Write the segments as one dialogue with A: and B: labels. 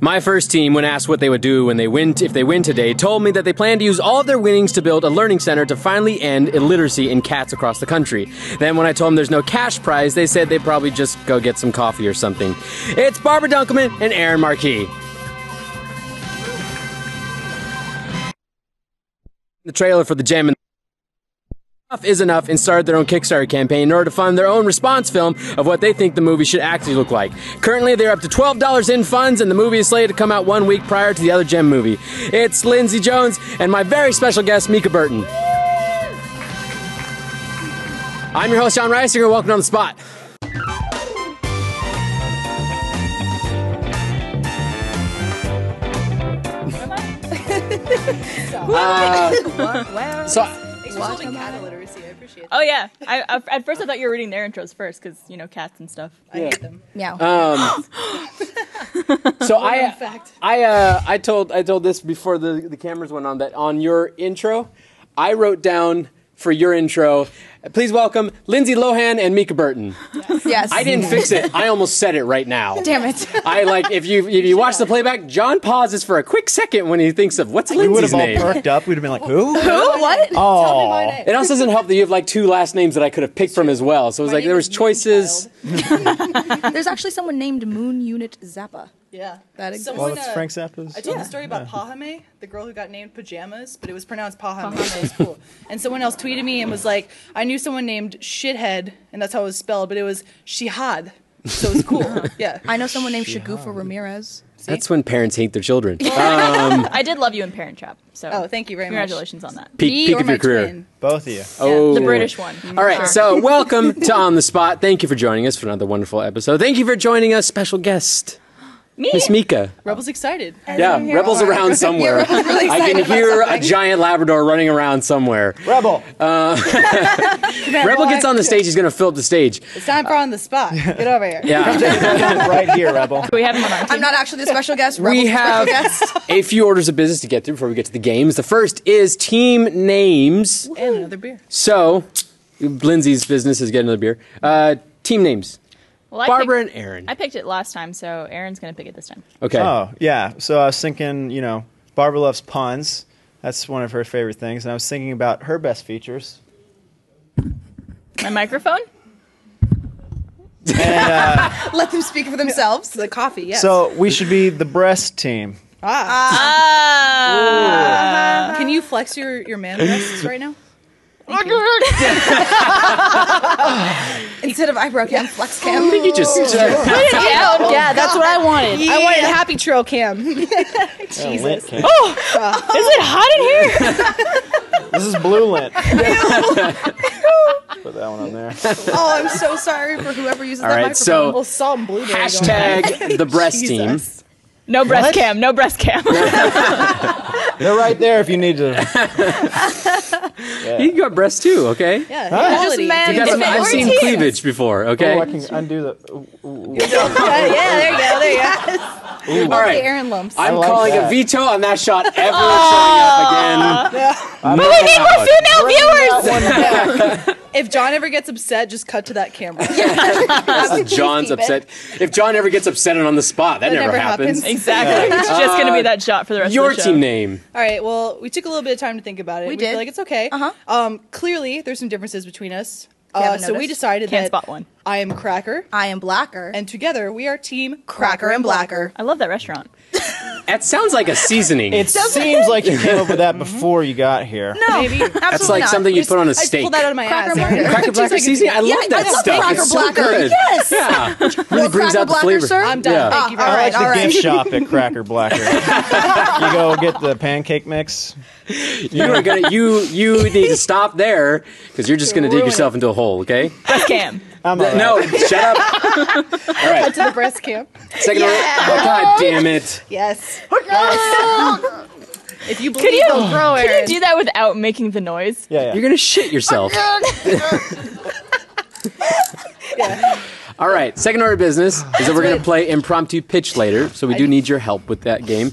A: My first team, when asked what they would do when they win if they win today, told me that they plan to use all of their winnings to build a learning center to finally end illiteracy in cats across the country. Then when I told them there's no cash prize, they said they'd probably just go get some coffee or something. It's Barbara Dunkelman and Aaron Marquis. The trailer for the Jam and Enough is enough and started their own Kickstarter campaign in order to fund their own response film of what they think the movie should actually look like. Currently, they're up to $12 in funds, and the movie is slated to come out one week prior to the other Gem movie. It's Lindsey Jones and my very special guest, Mika Burton. I'm your host, John Reisinger. Welcome to on the spot. Uh, So,
B: Watching cat illiteracy, I appreciate that.
C: Oh yeah. I, I- at first I thought you were reading their intros first because you know cats and stuff.
B: I hate them.
D: Meow.
A: so I,
B: fact.
A: I, uh, I told, I told this before the, the cameras went on that on your intro, I wrote down for your intro. Please welcome Lindsay Lohan and Mika Burton.
D: yes.
A: I didn't fix it. I almost said it right now.
D: Damn it.
A: I like if you if you watch the playback, John pauses for a quick second when he thinks of what's
E: We would
A: Lindsay's
E: have all
A: name.
E: perked up. We'd have been like,
D: Who?
E: who?
B: Tell
D: What?
B: me my
E: Oh,
B: name.
A: It also doesn't help that you have like two last names that I could have picked from as well. So it was
B: My
A: like
B: name
A: there was
B: is
A: choices.
B: Moonchild.
D: There's actually someone named Moon Unit Zappa.
B: Yeah.
D: That exists.
B: Someone,
E: well, that's
B: uh,
E: Frank Zappa's.
B: I told the story about Pahame, the girl who got named Pajamas, but it was pronounced Pahame. so it was cool. And someone else tweeted me and was like, I knew someone named Shithead, and that's how it was spelled, but it was Shihad. So it was cool. yeah.
D: I know someone named Shagufa Ramirez.
A: That's when parents hate their children. Ah, Um,
C: I did love you in Parent Trap. So
B: Oh, thank you very much.
C: congratulations on that.
A: peak peak
B: Or
A: of
B: my
A: your career.
B: twin.
E: Both of you.
A: Oh.
C: The British one.
A: All right, so welcome to On the Spot. Thank you for joining us for another wonderful episode. Thank you for joining us, special guest,
C: Me.
A: Miss Mika.
B: Rebel's excited.
A: Yeah,
D: I'm here.
A: Rebel's
D: All right.
A: around somewhere. I can hear a giant Labrador running around somewhere.
E: Rebel.
A: Rebel gets on the stage, he's going to fill up the stage.
B: It's time for on the spot. Get over here.
A: Yeah.
E: right here, Rebel.
C: we have him on our team.
D: I'm not actually the special guest.
A: We
D: Rebel's the
A: have
D: special guest.
A: a few orders of business to get through before we get to the games. The first is team names.
B: And another beer.
A: So, Lindsay's business is getting another beer. Uh, team names.
C: Well, I
A: Barbara
C: picked-
A: and Aaron.
C: I picked it last time, so Aaron's gonna pick it this time.
A: Okay.
E: Oh, yeah. So I was thinking, you know, Barbara loves puns. That's one of her favorite things. And I was thinking about her best features.
C: My microphone.
A: Oh.
D: Let them speak for themselves.
B: The coffee, yes.
E: uh, So we should be the breast team.
B: ah.
C: Ah.
B: Can you flex your, your man breasts right now?
D: Instead of eyebrow cam, flex cam.
A: You just. oh
B: Yeah, that's what I wanted. I wanted a happy trail cam.
E: Jesus.
C: Is it hot in here?
E: This is blue lint. Put that one on there.
D: Oh, I'm so sorry for whoever uses
A: All
D: that
A: right,
D: microphone.
A: so
B: salt and blueberry.
A: hashtag the breast team.
C: No breast cam. No breast cam.
E: They're right there if you need to.
A: You got breasts too, okay?
B: Yeah,
E: Just
A: You got some, I've seen cleavage before, okay?
E: Oh, I can undo the.
B: yeah, there you go, there you go.
A: All right.
D: Aaron lumps.
A: I'm
E: like
A: calling
E: that.
A: a veto on that shot ever showing up again.
E: But we need more
C: Female viewers.
B: If John ever gets upset, just cut to that camera.
A: That's John's
D: keep it.
A: upset. If John ever gets upset and on the spot, that, never, happens.
C: Exactly. It's just gonna be that shot for the rest
A: Your
C: of the show.
A: team name.
B: All right, well, we took a little bit of time to think about it.
D: We
B: feel
D: did.
B: like it's okay.
D: Uh-huh.
B: Um, clearly, there's some differences between us.
D: You
B: Uh,
D: haven't
B: so we
D: noticed?
B: decided
C: Can't
B: that
C: spot one.
B: I am Cracker,
D: I am blacker.
B: and together we are Team
D: Cracker and Blacker.
C: I love that restaurant.
A: That sounds like a seasoning.
E: It seems like you came up with that before you got here.
D: No,
B: Maybe.
D: absolutely
A: That's like
D: not.
A: something you put on a
B: I
A: steak.
B: pulled that out of my
D: Cracker
B: ass.
D: and Blacker.
A: Cracker blacker seasoning. I love
D: Yeah,
A: that
D: I love
A: stuff.
D: Cracker
A: it's so
D: Blacker.
A: good.
D: Yes.
A: Yeah. Really
D: Little
A: brings
D: Cracker
A: out the
D: Blacker,
A: flavor.
D: sir?
B: I'm done.
A: Yeah.
B: Thank you. very
D: Ah, all
B: much.
D: right,
E: It's
D: all
E: the
D: right.
E: gift shop at Cracker Blacker. you go get the pancake mix.
A: You are gonna you you need to stop there because you're just gonna dig
B: Ruin
A: yourself into a hole. Okay.
C: Breast cam.
E: I'm all right.
A: No, shut up. All right.
B: to the breast camp.
A: Second order. Oh, God damn it.
B: Yes. If you believe
C: Could you,
B: they'll grow,
C: could you
B: Aaron.
C: do that without making the noise?
E: Yeah,
A: You're
E: yeah.
A: gonna shit yourself. All right. Second order of business is that we're gonna play impromptu pitch later, so we do need your help with that game.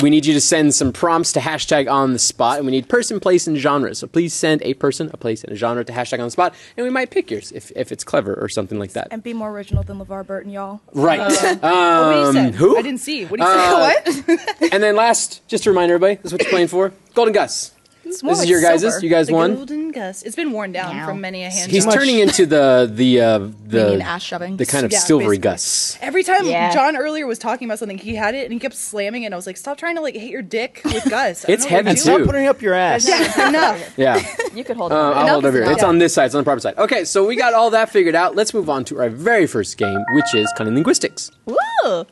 A: we need you to send some prompts to hashtag on the spot, and we need person, place, and genre. So please send a person, a place, and a genre to hashtag on the spot, and we might pick yours if, if it's clever or something like that.
D: And be more original than LeVar Burton, y'all.
A: Right.
B: Oh, what did he say?
A: Um, who? Uh,
B: I didn't see. What did he say?
D: what?
A: and then last, just to remind everybody, this is what you're playing for. Golden Gus.
D: It's more
A: This is
D: like
A: your guys'.
D: silver.
A: You guys
B: The
A: won.
B: golden gus. It's been worn down
D: Meow.
B: from many a hand.
A: He's
B: job.
A: turning into the the uh, the
D: Minion ass shoving.
A: the kind of
B: Yeah,
A: silvery
B: basically.
A: Gus.
B: Every time
D: Yeah.
B: John earlier was talking about something, he had it and he kept slamming it. And I was like, "Stop trying to like hit your dick with Gus."
A: It's
B: I don't know what
A: heavy,
B: you're doing.
E: Stop
A: Dude.
E: putting it up your ass.
B: Yeah, enough.
A: Yeah.
C: You could hold
A: Uh,
C: on.
A: I'll hold
D: is
A: over here.
D: enough.
A: It's on this side. It's on the proper side. Okay, so we got all that figured out. Let's move on to our very first game, which is Cunning Linguistics.
C: Woo!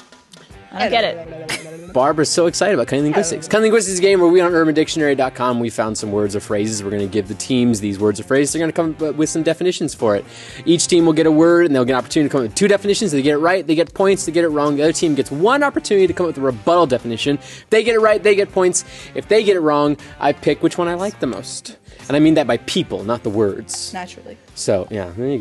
C: I don't get it.
A: Barbara's so excited about Cunning Linguistics. Cunning Linguistics is a game where we on UrbanDictionary.com we found some words or phrases. We're going to give the teams these words or phrases. They're going to come up with some definitions for it. Each team will get a word and they'll get an opportunity to come up with two definitions. If they get it right, they get points. If They get it wrong. The other team gets one opportunity to come up with a rebuttal definition. If they get it right, they get points. If they get it wrong, I pick which one I like the most. And I mean that by people, not the words.
B: Naturally.
A: So yeah, there you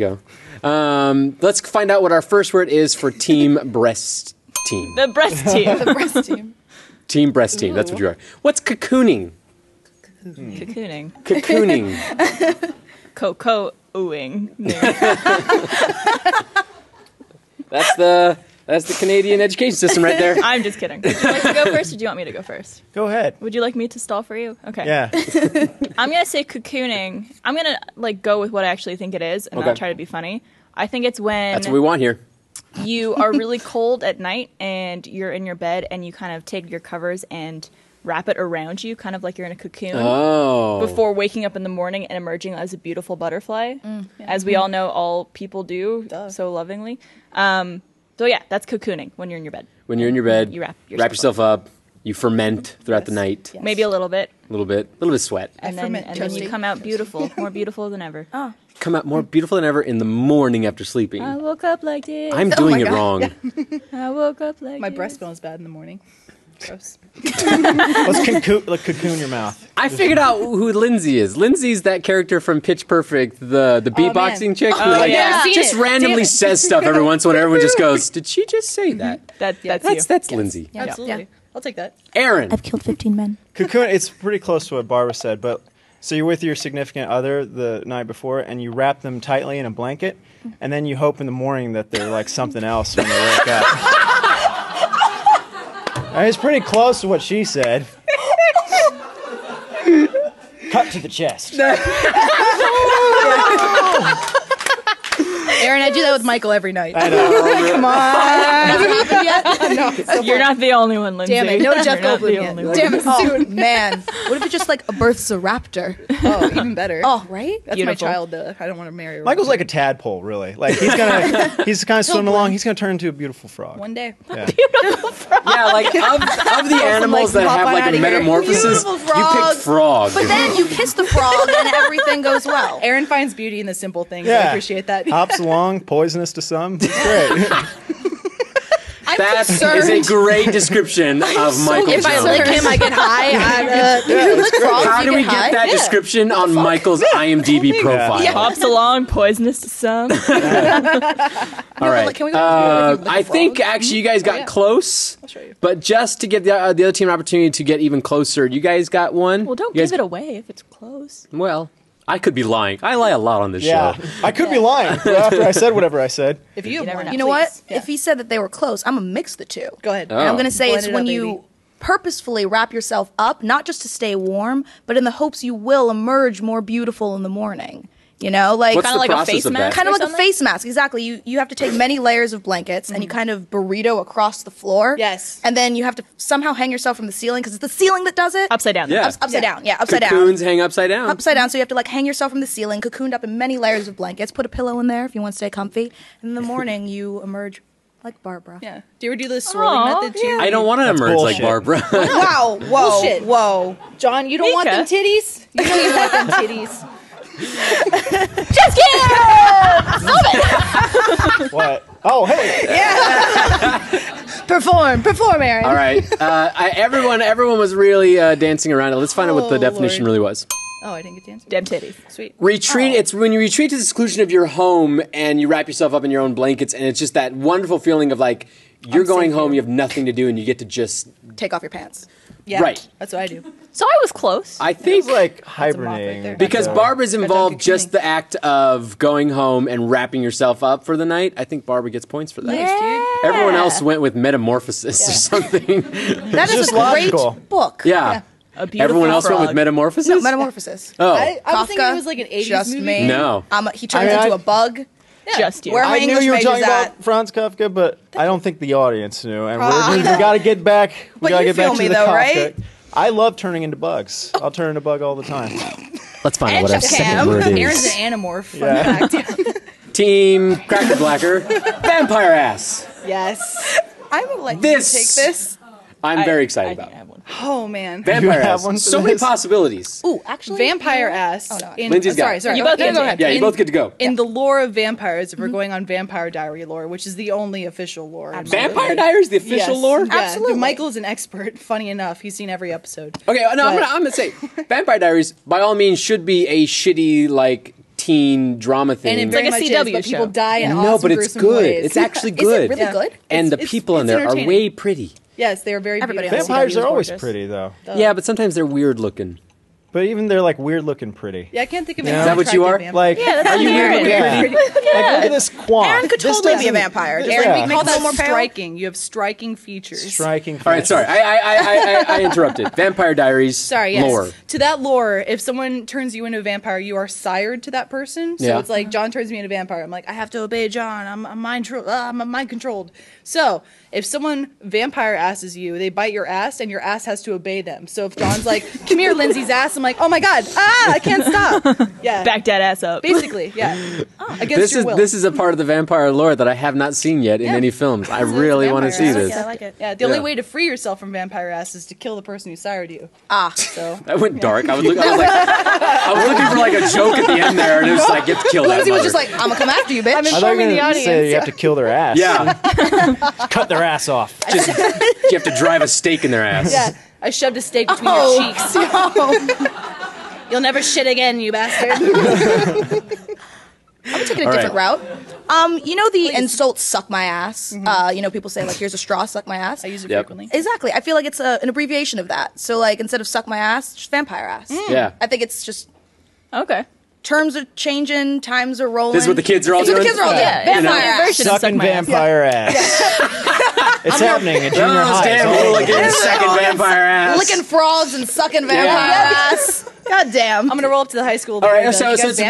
A: go. Um, let's find out what our first word is for Team Breast Team.
C: The breast team.
D: The breast team.
A: Team breast team. That's what you are. What's cocooning?
C: Cocooning.
A: Cocooning.
C: Cocoa-ooing.
A: that's the that's the Canadian education system right there.
C: I'm just kidding. Would you like to go first or do you want me to go first?
E: Go ahead.
C: Would you like me to stall for you? Okay.
E: Yeah.
C: I'm gonna say cocooning. I'm gonna like go with what I actually think it is, and
A: Okay.
C: not try to be funny. I think it's when
A: That's what we want here.
C: you are really cold at night and you're in your bed and you kind of take your covers and wrap it around you, kind of like you're in a cocoon.
A: Oh.
C: Before waking up in the morning and emerging as a beautiful butterfly, as we all know, all people do
B: Duh.
C: so lovingly. Um, so yeah, that's cocooning when you're in your bed.
A: when you're in your bed,
C: You wrap
A: wrap
C: yourself
A: yourself up. You ferment throughout the
B: Yes.
A: night.
B: Yeah.
C: Maybe a little bit,
A: A little bit. A little bit of sweat.
C: and then,
B: ferment
C: and then you
D: toasty.
C: come out beautiful, more beautiful than ever.
D: Oh,
A: Come out more beautiful than ever in the morning after sleeping.
C: I woke up like this.
A: I'm
D: Oh
A: doing
D: my
A: it
D: God.
A: wrong.
C: I woke up like
B: My
C: this.
B: breastbone is bad in the morning. Gross.
E: Let's cocoon, let cocoon your mouth.
A: I figured out who Lindsay is. Lindsay's that character from Pitch Perfect, the the
B: man.
A: beatboxing chick who like,
C: yeah.
B: I've seen
A: just
B: it. Damn
A: randomly
B: it.
A: says stuff every once in a while. Everyone just goes, "Did she just say that?"
C: That, that's
A: That's
C: that's,
A: that's Lindsay.
D: yeah.
B: Absolutely.
D: Yeah.
B: I'll take that.
A: Aaron.
D: Killed 15 men.
E: Cocoon, it's pretty close to what Barbara said, but so you're with your significant other the night before and you wrap them tightly in a blanket, and then you hope in the morning that they're like something else when they wake up. Uh, It's pretty close to what she said. Cut to the chest.
B: Aaron, I do that with Michael every night.
E: I know.
B: Come on.
C: You're not the only one, Lindsay.
B: Damn it. No
C: You're
B: Jeff
C: not the
B: Goldblum
C: only
B: yet.
C: one.
D: Damn it, oh, man. What if it just like births a raptor?
B: Oh, even better.
D: Oh, right?
B: That's
C: Beautiful.
B: my child, though. I don't want to marry her.
E: Michael's like a tadpole, really. Like he's gonna, he's kind of swimming along. He's gonna turn into a beautiful frog.
B: one day.
E: Yeah.
A: Yeah, like of, of the animals
B: like,
A: that
B: pop
A: have
B: on
A: like a
B: outta here.
A: metamorphosis,
D: Beautiful
A: you
D: frog.
A: pick frog.
D: But then you kiss the frog and Oh, everything goes well.
B: Aaron finds beauty in the simple things. I
E: Yeah.
B: appreciate that.
E: Hops along, poisonous to some. It's great.
D: I'm
A: that
D: concerned.
A: is a great description of Michael
D: if I
A: Jones.
D: lick him, I get high. I, uh, you lick frogs,
A: How
D: you
A: do we get
D: high.
A: that
D: Yeah.
A: description on Michael's IMDb profile?
E: Yeah.
C: Pops along, poisonous to some.
A: All right.
D: like, can we go
A: Uh,
D: with the Oh,
A: I think actually you guys got
B: yeah.
A: close.
B: show you.
A: But just to give the, uh, the other team an opportunity to get even closer, you guys got one.
C: Well, don't
A: you guys,
C: give it away if it's close.
A: Well, I could be lying. I lie a lot on this
E: Yeah,
A: show.
E: I could be lying after I said whatever I said.
B: If you,
C: You
B: have
C: never
B: one,
C: know.
D: You know what?
B: please. Yeah.
D: If he said that they were close, I'm gonna mix the two.
B: Go ahead.
A: Oh.
D: And I'm gonna say
B: Blend
D: it's
B: it
D: when
B: up,
D: you
B: baby.
D: purposefully wrap yourself up, not just to stay warm, but in the hopes you will emerge more beautiful in the morning. You know, like
A: What's
D: kind
A: the
D: of like
A: process
C: a face
A: of that?
C: mask?
D: kind
C: or
D: of like a
C: something?
D: face mask. Exactly. You you have to take many layers of blankets and you kind of burrito across the floor.
B: Mm-hmm. Yes.
D: And then you have to somehow hang yourself from the ceiling because it's the ceiling that does it.
C: Upside down.
A: Yeah.
C: though.
D: Ups- upside
B: Yeah.
D: down. Yeah, upside down.
A: Cocoons hang upside down.
D: Upside down, so you have to like hang yourself from the ceiling, cocooned up in many layers of blankets. Put a pillow in there if you want to stay comfy. And in the morning, you emerge like Barbara.
B: Yeah. Do you ever do the swirling
C: Aw,
B: method too?
C: yeah.
A: I don't want to emerge like
E: bullshit.
A: Barbara.
B: Wow. Whoa.
D: Bullshit.
B: Whoa. John, you don't want them
C: Mika.
B: titties? You know you want them titties.
D: Just kidding!
E: What? Oh, hey,
B: Perform. Perform, Aaron.
A: All right. Uh, I, everyone, everyone was really uh, dancing around it. Let's find out what the
B: Oh,
A: definition
B: Lord.
A: really was.
B: Oh, I didn't get to answer.
C: Damn titties.
B: Sweet.
A: Retreat. It's when you retreat to the seclusion of your home and you wrap yourself up in your own blankets, and it's just that wonderful feeling of like you're going home, you have nothing to do, and you get to just.
D: Take off your pants.
B: Yeah,
A: Right.
B: That's what I do.
C: So I was close.
A: I think
E: It's like
B: right there.
E: hibernating.
A: because
E: Yeah.
A: Barbara's involved
B: Duncan
A: just
B: King.
A: the act of going home and wrapping yourself up for the night. I think Barbara gets points for that. Everyone else went with Metamorphosis or something.
D: That is
E: just
D: a great
E: logical.
D: book.
A: yeah.
C: A beautiful
A: Everyone else went with
C: frog.
A: Metamorphosis.
D: No, Metamorphosis.
A: oh,
B: I, I was thinking
D: Kafka,
B: it was like an 80s
D: Just
B: movie.
D: me.
A: No.
D: I'm a, he turns
E: I mean,
D: into
E: I-
D: a bug.
C: Just you.
D: Where
E: I
D: my
E: knew
D: English
E: you were
D: major's
E: talking
D: at.
E: about Franz Kafka, but I don't think the audience knew. And we're, we got to get back. We
D: But
E: got to
D: you
E: get back
D: feel
E: to
D: me
E: the
D: though,
E: Kafka.
D: right?
E: I love turning into bugs. I'll turn into a bug all the time.
A: Let's find out what our second
B: Cam.
A: word
B: Aaron's
A: is.
B: an animorph. Fun
E: Yeah.
B: fact.
A: Team Cracker Blacker, Vampire Ass.
B: yes.
D: I will let
A: This-
D: you take this.
A: I'm very excited about.
C: I have one.
B: Oh, man.
A: Vampire
E: You have
A: ass.
E: one for
A: so many
E: this?
A: possibilities.
D: Ooh, actually,
B: Vampire ass.
D: Oh, no, I-
B: in,
A: Lindsay's
B: oh,
A: got
B: sorry,
A: it.
B: sorry.
C: You both
B: Okay,
C: get to
B: go
C: go.
B: ahead.
A: Yeah, you
B: In-
A: both get to go.
B: In the lore of vampires,
D: Mm-hmm.
B: if we're going on Vampire Diary lore, which is the only official lore.
A: Vampire Diaries, the official
B: Yes.
A: lore.
B: Yeah.
D: Absolutely.
B: Michael's an expert. Funny enough, he's seen every episode.
A: Okay, uh, no, I'm gonna, I'm gonna say Vampire Diaries by all means should be a shitty like teen drama thing.
B: And it very
C: Like a
B: much
C: CW
B: is, but people
C: show.
B: die in
A: no,
B: awesome,
A: but it's
B: gruesome
A: good.
B: ways.
A: It's actually
D: Is it
A: good.
D: really good?
A: And
B: It's-
A: the
B: it's-
A: people in
B: it's
A: there are
B: entertaining.
A: way pretty.
B: yes, they are very
D: Everybody
B: beautiful.
D: else.
E: Vampires
C: CW
E: are
C: is
E: always
C: gorgeous.
E: pretty, though.
A: Yeah, but sometimes they're weird looking.
E: But even they're like weird looking pretty.
B: Yeah, I can't think of
E: Is
B: any
E: that
A: what you
B: unattractive
A: are?
B: vampire.
E: Like,
C: Yeah, that's
E: are you
C: Aaron.
E: weird looking pretty? Like, look at this quan.
D: Aaron could
E: This
D: totally be a
E: doesn't-
D: vampire. Just,
E: yeah.
D: like, make- make
B: Called
D: a little more
B: that
D: pale.
B: striking. You have striking features.
E: striking.
A: All right, sorry, I I, I, I, I interrupted. Vampire Diaries
B: Sorry, yes.
A: lore.
B: To that lore, if someone turns you into a vampire, you are sired to that person. So
A: Yeah.
B: it's like John turns me into a vampire. I'm like, I have to obey John. I'm, I'm mind tro- uh, I'm mind controlled. So if someone vampire asses you, they bite your ass, and your ass has to obey them. So if John's like, "Come here, Lindsay's ass," I'm like, "Oh my god, ah, I can't stop." Yeah,
C: Back that ass up.
B: basically, yeah. Against
A: This
B: your
A: is
B: will.
A: this is a part of the vampire lore that I have not seen yet in
B: Yeah.
A: any films. I
B: It's a
A: really want to
B: vampire
A: see
B: ass.
A: this.
C: Yeah, I like it.
B: yeah, the only
A: yeah.
B: way to free yourself from vampire ass is to kill the person who sired you.
D: Ah.
B: So
A: That went dark. I was, look, I was like, I was looking for like a joke at the end there, and it was like, get to kill that.
D: Lindsay was just
A: mother.
D: like, "I'm gonna come after you, bitch."
E: I thought you were
B: Informing the
E: going to say
B: audience.
E: you have to kill their ass.
A: yeah,
E: Cut their ass off.
A: just you have to drive a stake in their ass.
B: yeah, I shoved a stake between your
D: Oh,
B: cheeks.
D: no.
B: You'll never shit again, you bastard.
D: I'm taking a
A: All
D: different
A: right.
D: route. Um, you know the insult "suck my ass." Uh, you know people say like, "Here's a straw, suck my ass."
B: I use it
A: Yep.
B: frequently.
D: Exactly. I feel like it's a, an abbreviation of that. So like instead of "suck my ass," just "vampire ass."
A: Yeah.
D: I think it's just
C: Okay.
D: terms are changing, times are rolling.
A: This is what the kids are all
D: This is
A: doing.
D: what the kids are all doing.
C: Yeah,
A: You know?
D: Vampire
C: yeah.
D: ass.
C: Version of suck
E: Sucking
C: my ass.
E: vampire ass. it's happening at junior
A: Oh,
E: high. It's
A: Stan
E: all
A: Little
E: over.
A: again, second vampire ass.
D: Licking frogs and sucking vampire
A: Yeah.
D: ass. God damn.
B: I'm gonna roll up to the high school.
A: All right,
B: and be
A: so-
B: like,
A: so
B: "You guys
A: it's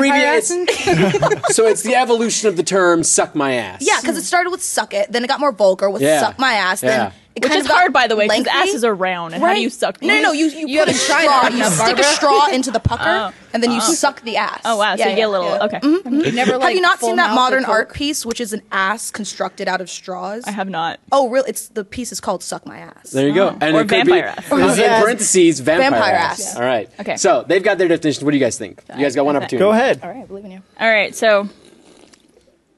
B: vampire
A: abbreviate-
B: assing?"
A: so it's the evolution of the term "suck my ass."
D: Yeah, because it
C: Hmm.
D: started with suck it, then it got more vulgar with
A: Yeah.
D: suck my ass,
A: Yeah.
D: then it
C: Which
D: kind
C: is
D: of got
C: hard, by the way, because
D: lengthy.
C: asses are round. And how do you suck?
D: No, no, no,
C: these?
D: you you,
B: You
D: put a
B: haven't tried
D: straw,
B: hard
D: you
B: enough,
D: stick a
B: Barbara.
D: straw into the pucker, and then you suck the ass.
C: Uh-huh. Oh wow. So
D: Yeah, Mm-hmm.
C: you get a little.
B: yeah.
C: Okay.
B: You never, like,
D: Have you not
B: full
D: seen that
B: mouth oh, or
D: modern art
B: coke?
D: piece, which is an ass constructed out of straws?
C: I have not.
D: Oh, really? It's the piece is called "Suck My Ass."
A: There you go. And
C: Or
A: it could
C: vampire
A: be
C: ass.
A: It was in
E: Yeah.
A: parentheses vampire,
D: Vampire
A: ass.
D: ass.
A: All right.
C: Okay.
A: So they've got their definitions. What do you guys think? You guys got one
C: Okay.
A: opportunity.
E: Go ahead.
D: All right, I believe in you.
C: All right. So,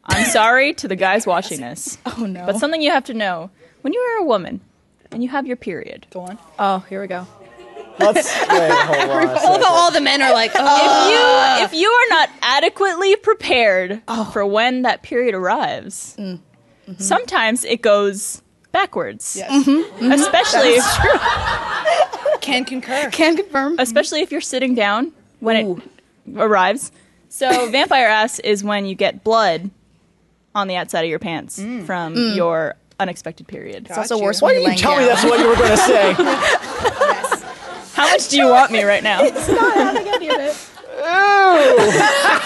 C: I'm sorry to the guys watching this,
D: Oh no.
C: but something you have to know when you are a woman and you have your period.
B: Go on.
C: Oh, here we go.
E: Let's wait, hold on. a second.
B: all the men are like, oh.
C: you if you are not adequately prepared
B: Oh.
C: for when that period arrives,
B: Mm.
C: sometimes it goes backwards.
B: Mm-hmm.
C: Mm-hmm.
B: Yes. Mm-hmm.
C: Especially
B: Can concur.
D: Can confirm.
C: especially if you're sitting down when it arrives. So vampire ass is when you get blood on the outside of your pants
B: Mm.
C: from your unexpected period.
D: It's also
B: Got you.
D: worse
E: Why
D: when
E: didn't
D: you're
E: you
D: laying
E: tell
D: down.
E: me that's what you were going to say?
C: How much do you want me right now?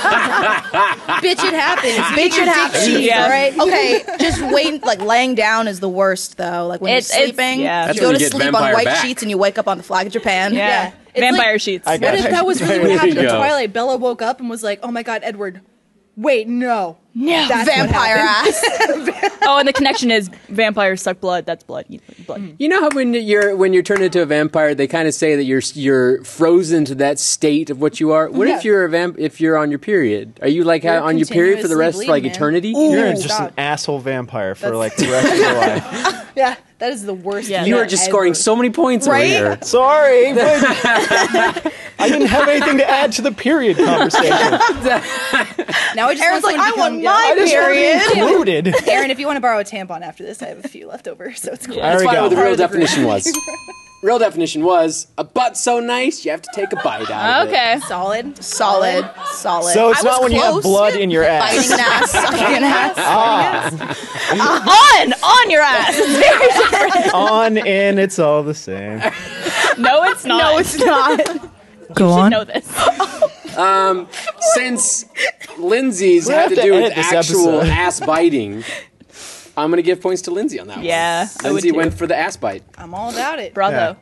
D: Bitch, it happens. Bitch, it happens.
C: Yeah.
D: All right. Okay. Just wait. Like laying down is the worst, though. Like when
C: It's-
D: you're
C: it's-
D: sleeping,
C: yeah. That's
D: you go
A: when
D: to
A: you get
D: sleep on
A: vampire
D: white
A: back.
D: sheets and you wake up on the flag of Japan.
C: Yeah.
B: It's
C: Vampire
B: like-
C: sheets.
E: I got
B: What if that was really what
A: There
B: happened
A: you
B: in
A: go.
B: Twilight? Bella woke up and was like, oh my god, Edward. Wait, no. No. That's
D: Vampire
B: What
D: ass.
C: oh, and the connection is vampires suck blood. That's blood. You- Blood.
B: Mm.
A: You know how when you're when you're turned into a vampire, they kind of say that you're you're frozen to that state of what you are. What if
B: Yeah.
A: you're a vamp? If you're on your period, are you like
B: You're
A: on your period for the rest
B: continuously
A: of like
B: bleeding, man.
A: eternity?
D: Oh,
E: You're
B: Ooh,
E: just
B: stop.
E: an asshole vampire for
B: That's-
E: like the rest of your life.
B: yeah, that is the worst.
C: Yeah.
A: You
B: thing
A: are just scoring
B: ever.
A: so many points over
D: Right?
A: here.
E: Sorry, but I I didn't have anything to add to the period conversation.
B: Now I just want
D: Aaron's like,
B: someone
D: "I
B: to
D: want
B: come
D: my
B: get-
D: period."
E: Included.
B: Aaron, if you want to borrow a tampon after this, I have a few left over, so it's cool.
E: I
A: That's
E: already
A: probably
E: got
A: what the
E: one.
A: real
B: of the
A: definition was. Real definition was a butt so nice you have to take a bite out of it.
C: Okay.
B: Solid.
D: Solid, solid.
E: So it's
D: I
E: not
D: was
E: when you have
D: close.
E: blood in your
D: Biting
E: ass.
D: an ass, sucking an ass.
C: on on your ass.
E: On in, it's all the same.
C: no, it's not.
D: No, it's not.
F: Go on.
C: know this.
A: Since Lindsay's
E: We'll
A: had
E: have
A: to
E: to
A: do with
E: edit this
A: actual
E: episode.
A: ass biting, I'm going to give points to Lindsay on that one.
C: Yeah, I would
A: Lindsay
C: too.
A: went for the ass bite.
B: I'm all about it.
C: Bravo.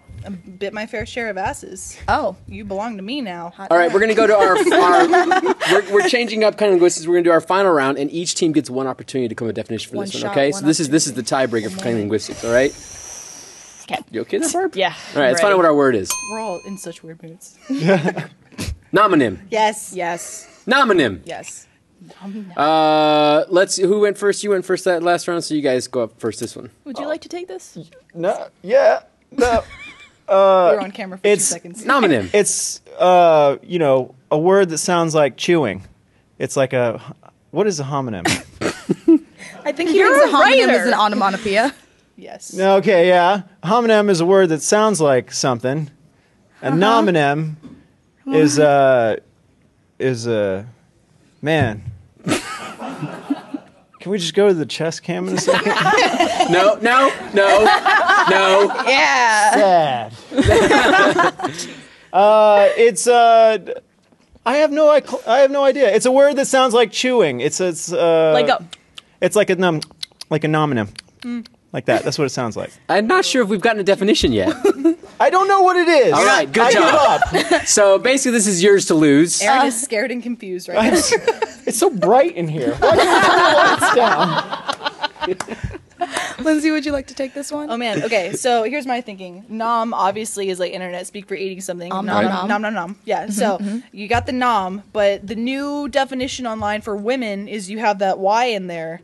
B: Bit my fair share of asses.
D: Oh,
B: You belong to me now.
A: All right, we're going to go to our. our we're, we're changing up kind of linguistics. We're going to do our final round, and each team gets one opportunity to come up with a definition for
D: One
A: this one.
D: shot,
A: Okay,
D: one
A: so this is this is the tiebreaker for kind of linguistics. All right,
C: Okay.
A: you okay there, Barb?
C: Yeah.
A: All right, let's find out what our word is.
B: We're all in such weird moods.
A: Nomonym.
B: Yes.
D: yes,
A: Nomonym.
B: Yes.
A: Uh, let's. Who went first? You went first that last round, so you guys go up first. This one.
C: Would you like to take this?
E: No, yeah, no.
A: Uh,
B: we were on camera for two
E: it's-
B: seconds.
A: Nomonym.
E: It's uh, you know, a word that sounds like chewing. It's like a what is a homonym?
D: I think he thinks a homonym is an onomatopoeia.
B: Yes.
E: okay, yeah, homonym is a word that sounds like something. A nomonym is uh is a man. Can we just go to the chess cam in a second?
A: No, no, no, no.
D: Yeah.
E: Sad. uh, it's uh, I have no I, I have no idea. It's a word that sounds like chewing. It's it's uh,
C: like go.
E: It's like a num, like a nominum, like that. That's what it sounds like.
A: I'm not sure if we've gotten a definition yet.
E: I don't know what it is.
A: All right, good
E: I
A: job.
E: give
A: So basically, this is yours to lose.
B: Aaron is scared and confused right now.
E: up. it's so bright in here. Why can't I turn the lights down?
D: Lindsay, would you like to take this one?
B: Oh man. Okay. So here's my thinking. Nom obviously is like internet speak for eating something.
D: Om
B: nom, nom
D: nom nom.
B: nom nom nom. Yeah. So you got the nom, but the new definition online for women is you have that y in there.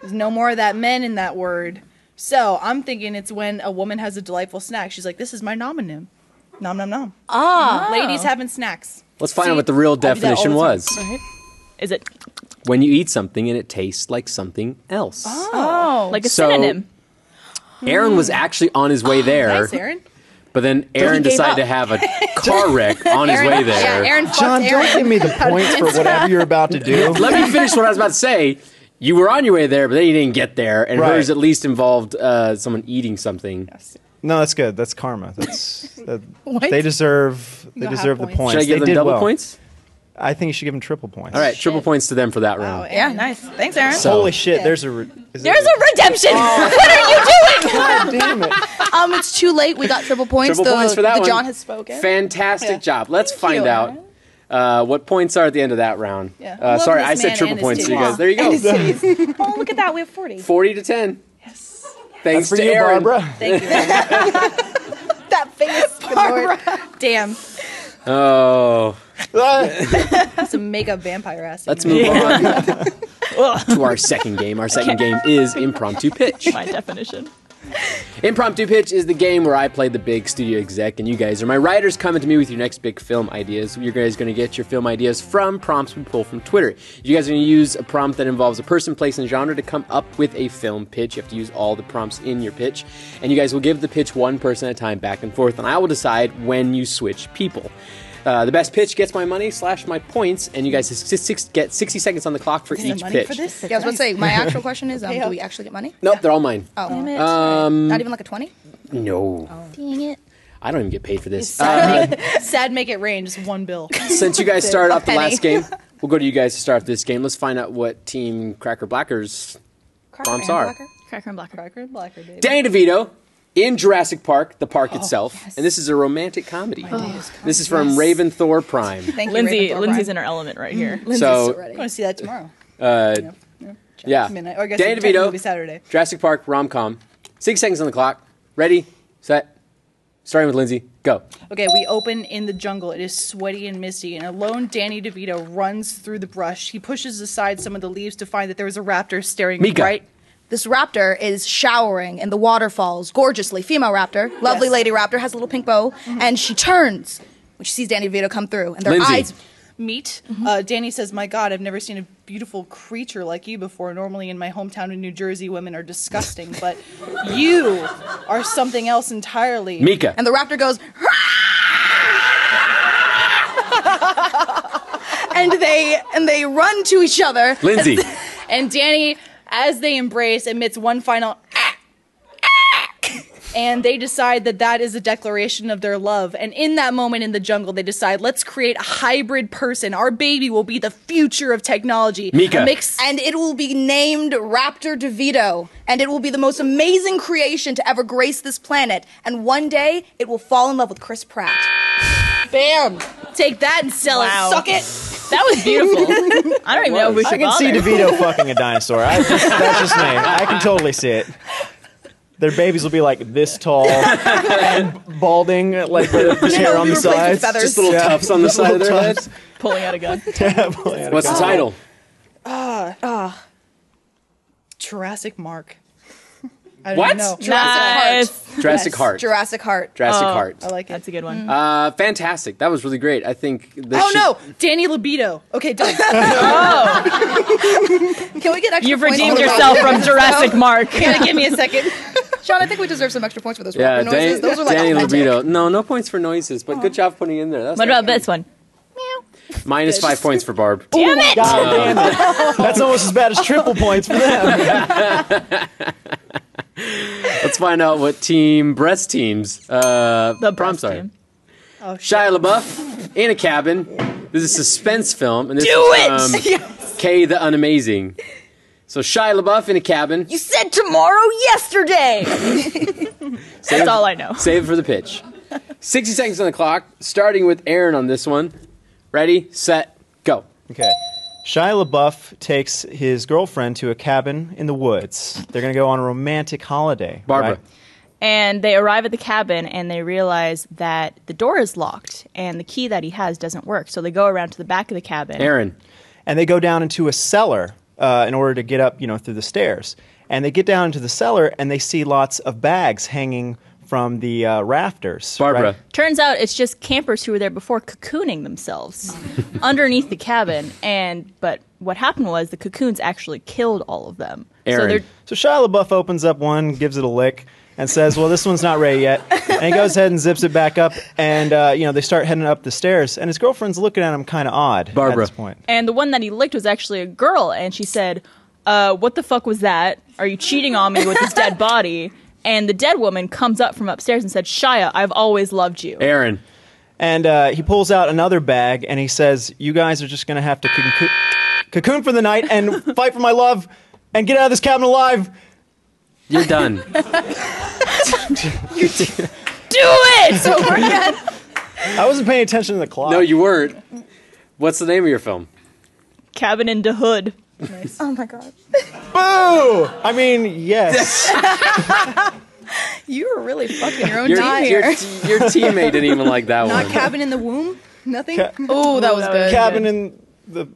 B: There's no more of that men in that word. So I'm thinking it's when a woman has a delightful snack. She's like, "This is my nomonym." Nom nom nom.
D: ah,
B: Ladies having snacks.
A: Let's find out what the real
B: that all
A: definition
B: the time.
A: was.
C: Is it
A: When you eat something and it tastes like something else.
D: oh,
C: like a
A: So-
C: synonym?
A: Aaron was actually on his way there,
B: Nice, Hmm. Ah, Aaron.
A: but then Aaron
D: gave
A: decided to have a car wreck on his way there.
B: Yeah, Aaron fucked
E: John,
B: Aaron.
E: don't give me the points for whatever you're about to do.
A: Let me finish what I was about to say. You were on your way there, but then you didn't get there, and
E: Right.
A: hers at least involved uh, someone eating something.
E: No, that's good. That's karma. That's that,
D: What?
E: they deserve. They
B: You'll have
E: deserve the
B: points.
E: points.
A: Should I
E: They
A: give
E: did
A: them double
E: well.
A: points?
E: I think you should give them triple points.
A: All right, triple points to them for that
B: Wow,
A: round.
D: yeah,
C: Oh,
B: Aaron.
D: nice. Thanks, Aaron.
A: So-
E: Holy shit! There's a. Re- is there
C: There's a redemption.
A: Oh.
C: what are you doing?
E: God damn it!
D: um, it's too late. We got triple points.
A: Triple
D: the,
A: points for that
D: the
A: one.
D: John has spoken.
A: Fantastic
B: Yeah.
A: job. Let's find
D: you,
A: out uh, what points are at the end of that round.
B: Yeah.
A: Uh,
B: Love
A: sorry,
B: this
A: I said
B: man
A: triple
B: and his
A: points, so you
B: titties.
A: guys. There you go.
D: oh, look at that. We have forty.
A: 40 to 10. Yes. Thanks
E: For
A: to
E: you,
A: Aaron.
E: Barbara.
B: Thank you. Aaron.
D: That face, Barbara.
B: Damn.
A: Oh,
B: Some makeup vampire ass.
A: let's move on to our second game. Our second game is impromptu pitch.
C: My definition.
A: Impromptu Pitch is the game where I play the big studio exec, and you guys are my writers coming to me with your next big film ideas. You guys are going to get your film ideas from prompts we pull from Twitter. You guys are going to use a prompt that involves a person, place, and genre to come up with a film pitch. You have to use all the prompts in your pitch, and you guys will give the pitch one person at a time back and forth, and I will decide when you switch people. Uh, the best pitch gets my money slash my points, and you guys six, six, get 60 seconds on the clock for each
B: money
A: pitch.
B: for this?
D: Yeah, I was about to say. My actual question is, um,
B: up.
D: do we actually get money?
A: Nope, they're all mine.
D: Oh,
A: Um,
D: not even like a twenty.
A: no.
D: Oh. Dang it.
A: I don't even get paid for this. Uh,
B: Sad, make, sad make it rain, just one bill.
A: since you guys started off the
D: penny.
A: last game, we'll go to you guys to start off this game. Let's find out what team Cracker Blackers. Prompts are.
C: Cracker and blacker.
B: Blacker and blacker, baby. Oh,
A: Danny DeVito in Jurassic Park, the park itself, and this is a romantic comedy. this is from Raven Thor Prime.
D: Thank you,
C: Lindsay,
D: Ravenclaw
C: Lindsay's
D: Brian.
C: in her element right here.
D: Lindsay's
A: So-
D: so
B: I'm
D: ready.
B: going to see that tomorrow.
A: Uh, yeah,
B: Midnight. Or I guess
A: Danny
B: it's technically
A: DeVito,
B: Saturday.
A: Jurassic Park rom com. Six seconds on the clock. Ready, set, starting with Lindsay. Go.
B: Okay, we open in the jungle. It is sweaty and misty, and alone Danny DeVito runs through the brush. He pushes aside some of the leaves to find that there was a raptor staring
A: Mika.
B: right.
D: This raptor is showering in the waterfalls gorgeously. Female raptor, lovely
B: Yes.
D: lady raptor, has a little pink bow, and she turns when she sees Danny DeVito come through, and their
A: Lindsay.
D: eyes.
B: meet. Uh, Danny says, "My God, I've never seen a beautiful creature like you before. Normally, in my hometown in New Jersey, women are disgusting, but you are something else entirely."
A: Mika.
D: And the raptor goes, and they and they run to each other.
A: Lindsay.
B: And Danny, as they embrace, emits one final. And they decide that that is a declaration of their love. And in that moment in the jungle, they decide, let's create a hybrid person. Our baby will be the future of technology.
A: Mika.
B: A mix
D: And it will be named Raptor DeVito, and it will be the most amazing creation to ever grace this planet. And one day, it will fall in love with Chris Pratt. Bam!
B: Take that and sell
C: Wow.
A: Oh.
B: it. Suck it.
C: That was beautiful. I don't even know if we should
E: I can see
C: bother.
E: DeVito fucking a dinosaur. I just, that's just me. I can totally see it. Their babies will be like this tall and balding, like with just hair
D: no,
E: on
D: you
E: the
D: replaced with
E: sides.
D: feathers.
A: Just little tufts on the
E: Just
A: side of
E: little
A: their
E: tufts.
A: heads.
C: pulling out a gun.
E: Yeah, boy, I
A: What's the
E: got it.
A: title?
B: Jurassic Mark. I
A: What?
B: don't know.
D: Jurassic
C: Nice.
A: Jurassic
B: Yes. Oh,
A: Heart.
D: Jurassic Heart.
A: Jurassic Heart.
B: I like it.
C: That's a good one.
A: Uh, fantastic. That was really great. I think. This
B: Oh
A: should-
B: no, Danny Libido. Okay, done.
C: oh,
D: Can we get extra
C: you've
D: points
C: redeemed
D: for that?
C: yourself from Jurassic Mark.
B: Gotta give me a second.
D: Sean, I think we deserve some extra points for those
A: Yeah,
D: raptor noises.
A: Dan-
D: those are like Oh.
A: Danny
D: authentic.
A: Libido. No, no points for noises, but good job putting it in there. That's
C: What
A: not
C: about
A: bad.
C: this one?
A: Minus five points for Barb.
C: Damn it!
E: God damn it. That's almost as bad as triple points for them.
A: Let's find out what team breast teams. Uh,
C: The
A: I'm
C: breast
A: sorry.
C: team.
A: Shia LaBeouf in a cabin. This is a suspense film, and this
C: Do
A: is
C: it!
A: um, K the Unamazing. So Shia LaBeouf in a cabin.
C: You said tomorrow yesterday. That's all I know.
A: Save it for the pitch. 60 seconds on the clock, starting with Aaron on this one. Ready, set, go.
E: Okay. Shia LaBeouf takes his girlfriend to a cabin in the woods. They're going to go on a romantic holiday.
A: Barbara.
E: right?
C: And they arrive at the cabin and they realize that the door is locked and the key that he has doesn't work. So they go around to the back of the cabin.
A: Aaron.
E: and they go down into a cellar uh, in order to get up, you know, through the stairs. And they get down into the cellar and they see lots of bags hanging from the uh, rafters.
A: Barbara.
E: right?
C: Turns out it's just campers who were there before cocooning themselves underneath the cabin. And but what happened was the cocoons actually killed all of them.
A: Aaron.
C: So they're
E: So Shia LaBeouf opens up one, gives it a lick, and says, "Well, this one's not ready yet." And he goes ahead and zips it back up, and uh, you know they start heading up the stairs. And his girlfriend's looking at him kind of odd
A: Barbara.
E: at this point.
C: and the one that he licked was actually a girl and she said uh, what the fuck was that are you cheating on me with this dead body and the dead woman comes up from upstairs and said shia i've always loved you
A: Aaron.
E: And uh, he pulls out another bag and he says, "You guys are just gonna have to cocoon, cocoon for the night and fight for my love, and get out of this cabin alive."
A: You're done.
C: do it
E: I wasn't paying attention to the clock.
A: no, you weren't. What's the name of your film?
C: cabin in the hood
D: Oh my god.
E: Boo! I mean, yes.
D: You were really fucking your own
A: Your,
D: team
A: your,
D: here.
A: your teammate didn't even like that
B: Not
A: one.
B: cabin in the womb. Nothing.
E: Ca-
D: Oh, that was good.
E: cabin in the.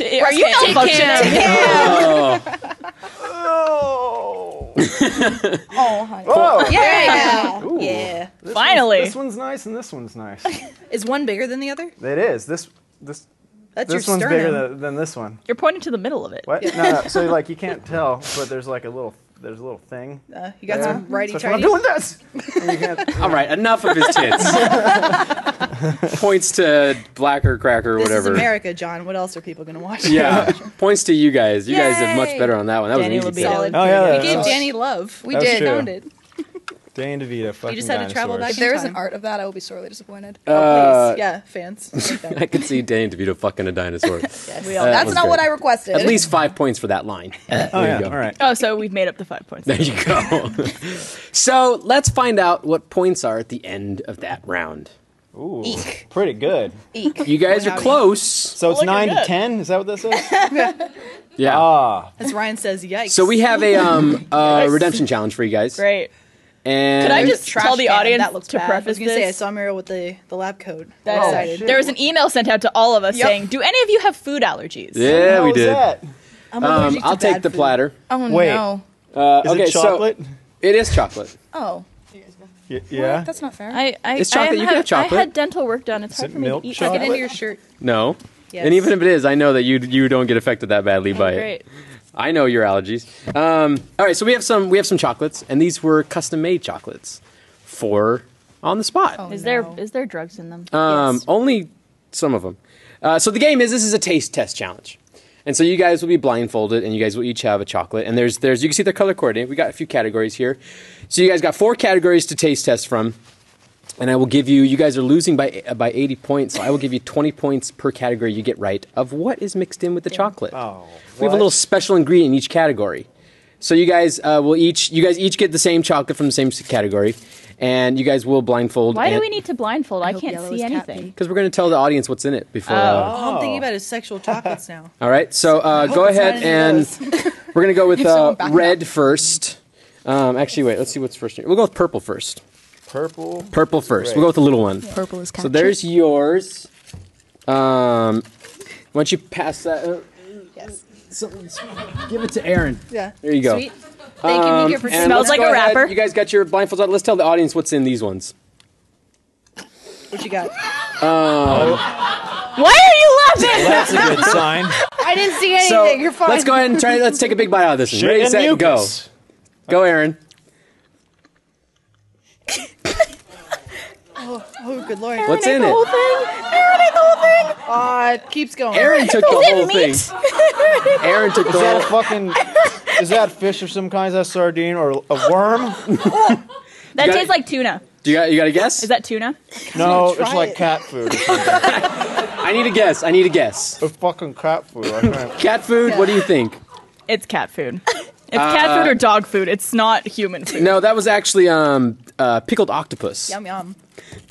C: are you
D: Take
C: malfunctioning
E: Oh.
D: Oh, hi.
E: oh.
B: Yeah. Yeah.
C: finally
E: This one's nice and this one's nice.
B: Is one bigger than the other?
E: It is. This this
B: That's
E: this
B: your
E: one's
B: sternum.
E: bigger than, than this one.
C: you're pointing to the middle of it
E: What? No, no, so like you can't tell, but there's like a little there's a little thing.
B: uh, you got
E: there.
B: some righty
E: So if I'm
B: tighty.
E: doing this. and you can't-
A: All right, enough of his tits. Points to Blacker Cracker or
B: This is
A: whatever.
B: America, John. What else are people gonna watch?
A: Yeah. Points to you guys. You guys did much
B: Yay.
A: better on that one. That
C: Danny
A: was an easy
C: Libido.
A: tip.
E: Oh yeah.
B: We gave
E: that's-
B: Danny love.
D: We
E: That was
D: did.
E: true.
B: found it.
E: Dan DeVito. Fucking
B: just had to travel
E: dinosaurs.
B: back-
D: There is
B: Time.
D: an art of that, I would be sorely disappointed.
A: Uh,
B: Please. Yeah, fans. Like that.
A: I could see Danny DeVito fucking a dinosaur.
C: we all,
A: That
D: That's
A: was
D: not
A: good.
D: what I requested.
A: At least five points for that line.
E: Oh
A: There you
E: yeah.
A: go.
E: All right.
C: oh so we've made up the five points
A: There you go. so let's find out what points are at the end of that round.
E: Ooh, pretty good.
D: Eek.
A: You guys are
B: howdy.
A: close.
E: So it's
C: Looking
E: nine to
C: good.
E: ten. Is that what this is?
A: Yeah.
E: Ah,
B: As Ryan says, yikes.
A: so we have a um, uh, redemption challenge for you guys.
C: great
A: And
C: could i just
B: Trash
C: tell the
B: can,
C: audience
B: that looks
C: to
B: bad. I was
C: preface
B: gonna say I
C: this
B: saw Muriel with the, the lab coat.
C: that
E: Oh,
C: excited.
E: shit.
C: there was an email sent out to all of us
E: Yep.
C: saying do any of you have food allergies
A: Yeah,
E: How
A: we
E: is
A: did.
E: that?
B: I'm
A: Um,
B: allergic to
A: I'll take
B: bad
A: the
B: food.
A: platter.
D: Oh
E: Wait.
D: no.
A: Uh,
E: Is
A: okay,
E: it chocolate?
A: So it is chocolate.
D: Oh.
E: Y- yeah.
D: That's not fair.
C: I, I,
A: It's chocolate.
C: I haven't
A: You
C: had,
A: can have chocolate.
C: I had dental work done. It's
E: Is
C: hard
E: it
C: for me
E: milk
C: to eat.
E: chocolate?
B: Get into your shirt.
A: No.
B: Yes.
A: And even if it is, I know that you you don't get affected that badly by
C: Great.
A: it. I know your allergies. Um, all right, so we have some we have some chocolates, and these were custom made chocolates for on the spot.
C: Is
B: no.
C: there is there drugs in them?
A: Um,
D: Yes.
A: Only some of them. Uh, so the game is this is a taste test challenge, and so you guys will be blindfolded, and you guys will each have a chocolate. And there's there's you can see they're color coordinated. We got a few categories here, so you guys got four categories to taste test from. And I will give you. You guys are losing by by eighty points, so I will give you twenty points per category you get right of what is mixed in with the chocolate.
E: Oh,
A: we have a
E: what?
A: little special ingredient in each category. So you guys uh, will each you guys each get the same chocolate from the same category, and you guys will blindfold.
C: Why do
A: and-
C: we need to blindfold? I,
D: hope
C: can't
D: yellow
C: see
D: is cat
C: anything.
A: because we're going to tell the audience what's in it before. uh,
B: All Oh, I'm
E: Oh,
B: thinking about is sexual chocolates now.
A: all right, so uh, go
B: it's
A: ahead
B: not any
A: and
B: of
A: we're going to go with
D: someone
A: uh,
D: back
A: red first. Um, actually, wait, let's see what's first. here. We'll go with purple first.
E: Purple.
A: Purple first. We'll go with the little one.
D: Purple is
A: So there's yours. Um, why don't you pass that? Uh,
B: Yes.
A: give it to Aaron.
B: Yeah.
A: There you go. Um,
B: Sweet. Thank you, Mika, for
A: And
C: Smells
A: let's
C: like
A: go
C: a
A: ahead.
C: wrapper.
A: You guys got your blindfolds on. Let's tell the audience what's in these ones.
B: What you got?
C: Why are you laughing?
E: That's a good sign.
B: I didn't see anything.
A: So
B: You're fine.
A: let's go ahead and try. Let's take a big bite out of this. one.
E: Shit
A: Ready,
E: and
A: set, go.
E: mucus.
A: Go, Aaron.
B: Oh, good lord.
A: What's in it?
B: Uh, it keeps going.
A: Aaron took the whole thing. Aaron took the
E: Is that
A: whole.
E: a fucking? is that fish of some kind? Is that sardine or a worm?
C: That
A: got
C: tastes
A: it.
C: like tuna.
A: Do you got you got a guess?
C: Is that tuna?
E: No, it's
B: try
E: like
B: it.
E: cat food. or something.
A: I need a guess. I need a guess.
E: It's fucking cat food. I can't.
A: Cat food. What do you think?
C: It's cat food. It's
A: Uh,
C: cat food or dog food. It's not human food.
A: No, that was actually um, uh, pickled octopus.
B: Yum yum.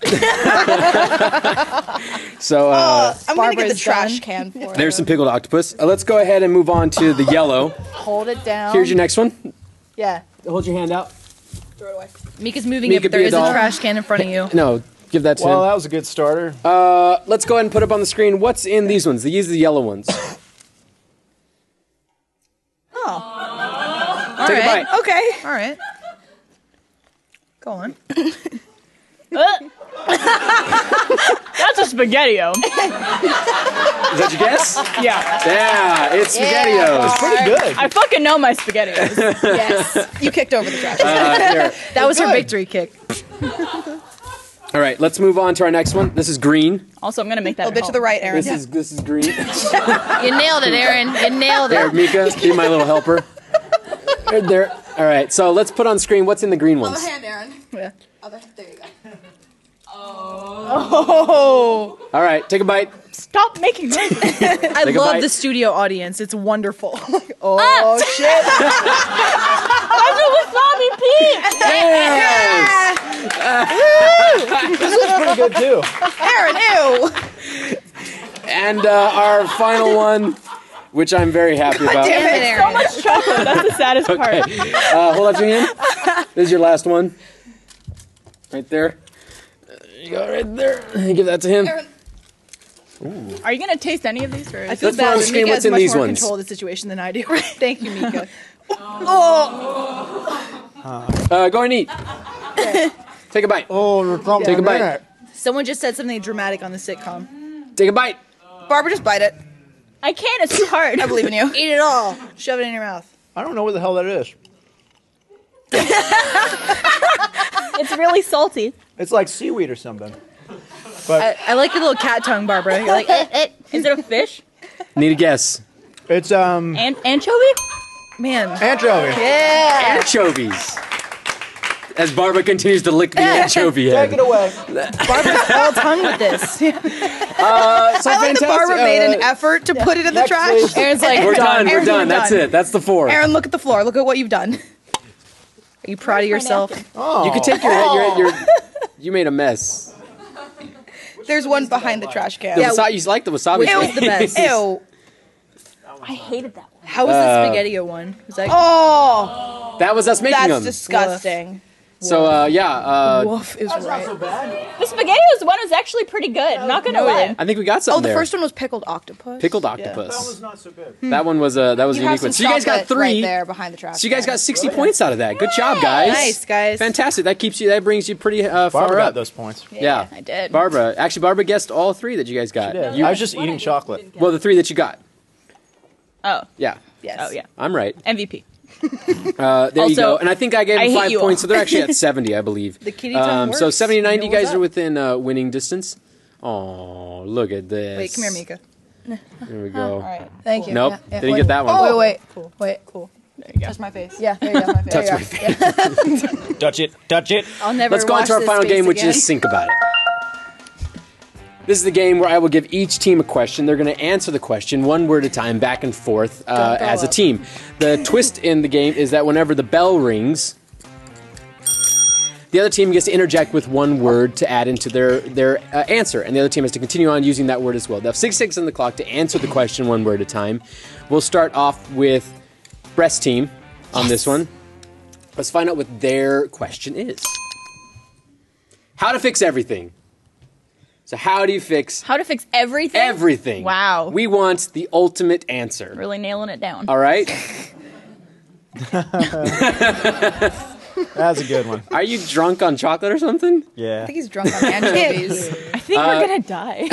A: So uh,
D: I'm gonna get the
B: Barbara's
D: trash
B: done.
D: can for it.
A: there's some pickled octopus. Uh, let's go ahead and move on to the yellow.
B: Hold it down.
A: Here's your next one.
B: Yeah.
A: Hold your hand out.
B: Mika's moving
A: Mika,
B: it, but there
A: be a
B: is a
A: doll.
B: trash can in front of you.
A: No, give that to
E: Well,
A: him.
E: that was a good starter.
A: Let's go ahead and put up on the screen what's in these ones. These are the yellow ones.
B: Oh. All
A: Take a
B: right.
A: bite.
D: Okay.
B: All right. Go on.
C: Uh. That's a spaghettio.
A: Is that your guess?
C: Yeah.
A: yeah, it's SpaghettiOs.
E: Pretty good.
C: I fucking know my spaghettios.
D: Yes. You kicked over the trash.
A: Uh, here.
B: That was her victory kick.
A: All right, let's move on to our next one. This is green.
C: Also, I'm gonna make that.
D: A
C: at
D: bit to
C: home.
D: Oh, the right, Aaron.
A: This is this is green.
F: You nailed it, Aaron. You nailed
A: There,
F: it.
A: Mika, be my little helper. There, there. All right, so let's put on screen what's in the green ones.
D: Oh, Aaron.
B: Yeah.
D: Other hand. There you go.
B: Oh.
A: All right, take a bite.
C: Stop making noises.
B: I
A: Take a
B: love
A: bite.
B: the studio audience. It's wonderful. oh shit.
C: That's a wasabi peach.
A: Yes!
E: Pretty good too.
D: Aaron, ew.
A: And uh, our final one, which I'm very happy about.
D: Damn it, Aaron.
C: Chocolate. That's the saddest part.
A: Uh, hold out your hand. This is your last one, right there. There You go right there. Give that to him.
D: Aaron.
C: Are you gonna taste any of these? Or
B: I feel
A: Let's put on
B: bad.
A: the
B: that
A: screen
B: Mika
A: what's
B: has
A: in
B: much
A: these
B: more
A: ones.
B: control of the situation than I do. Thank you, Mika.
D: Oh,
A: Uh, go and eat. Take a bite.
E: Oh, something
A: Take a
E: in
A: bite.
E: it.
B: Someone just said something dramatic on the sitcom.
A: Take a bite.
D: Barbara, just bite it.
C: I can't. It's too hard.
D: I believe in you.
B: Eat it all. Shove it in your mouth.
E: I don't know what the hell that is.
C: It's really salty.
E: It's like seaweed or something. But
B: I, I like your little cat tongue, Barbara. You're like, eh, eh.
C: Is it a fish?
A: Need a guess.
E: it's um
C: An- anchovy?
B: man.
E: anchovy.
A: Anchovies. As Barbara continues to lick the anchovy head.
E: Take it away.
B: Barbara's all tongue with this.
A: So
D: I like that
A: fantastic-
D: Barbara made
A: uh,
D: an effort to put it in the trash.
B: Aaron's like,
A: We're done. We're
D: Aaron's
A: done. That's it. That's the four.
D: Aaron, look at the floor. Look at what you've done.
B: Are you proud of yourself?
E: Oh.
A: you could take your head. Your, your, you made a mess.
D: There's one behind the trash can.
A: The wasa- you like the wasabi?
B: It was the best. Uh,
D: Ew.
B: How was the spaghetti one? Was that
D: Oh,
A: That was us making
D: that's
A: them.
D: disgusting.
A: So uh, yeah, uh,
B: Wolf is right.
C: The spaghettios one was actually pretty good. I'm not gonna lie.
A: I think we got something
D: Oh, the
A: there.
D: first one was pickled octopus.
A: Pickled
E: That
A: octopus.
E: one's not so bad.
A: That one was uh, that was
D: You
A: a
D: have
A: unique
D: some
A: one. So you guys got
D: chocolate right
A: three.
D: there behind the trash.
A: so you guys
D: can.
A: got 60 points out of that. Good job, guys.
B: Nice, guys.
A: Fantastic. That keeps you. That brings you pretty uh, far
E: Barbara
A: up.
E: got those points.
A: Yeah,
C: I did.
A: Barbara, actually, Barbara guessed all three that you guys got.
E: Yeah,
A: You-
E: I was just eating chocolate.
A: well, the three that you got.
C: Oh.
A: Yeah,
B: Yes.
C: Oh yeah.
A: I'm right.
C: MVP.
A: Uh, there you
C: Also,
A: go. And I think I gave
C: I
A: them
C: hate
A: five
C: you
A: points,
C: all.
A: so they're actually at 70, I believe. Um,
B: The kitty time
A: So
B: works.
A: 70 to 90, you
B: You know
A: guys
B: what's
A: are
B: up.
A: within uh, winning distance. Oh, look at this.
B: Wait, come here, Mika.
A: Here we go.
B: All right.
G: Thank you.
A: Nope,
G: Yeah, yeah.
A: didn't
G: Wait,
A: get that one.
G: Oh, wait, wait,
B: Cool.
G: wait.
B: Cool. There you go. Touch my face.
G: Yeah, there you go. My
D: Touch
G: there
D: my
G: you go.
E: Touch it, touch it.
B: I'll never.
A: Let's go on
B: wash
A: to our
B: this
A: final
B: face
A: game, which
B: again.
A: is Think About It. This is the game where I will give each team a question. They're going to answer the question one word at a time, back and forth, uh, as a team. The twist in the game is that whenever the bell rings, the other team gets to interject with one word to add into their their uh, answer, and the other team has to continue on using that word as well. They have six seconds on the clock to answer the question one word at a time. We'll start off with breast team on this one. Let's find out what their question is. How to fix everything. So how do you fix
C: How to fix everything?
A: everything?
C: Wow.
A: We want the ultimate answer.
C: really nailing it down.
A: All right?
E: That's a good one.
A: Are you drunk on chocolate or something?
E: Yeah.
D: I think he's drunk on anchovies.
C: I think we're gonna die.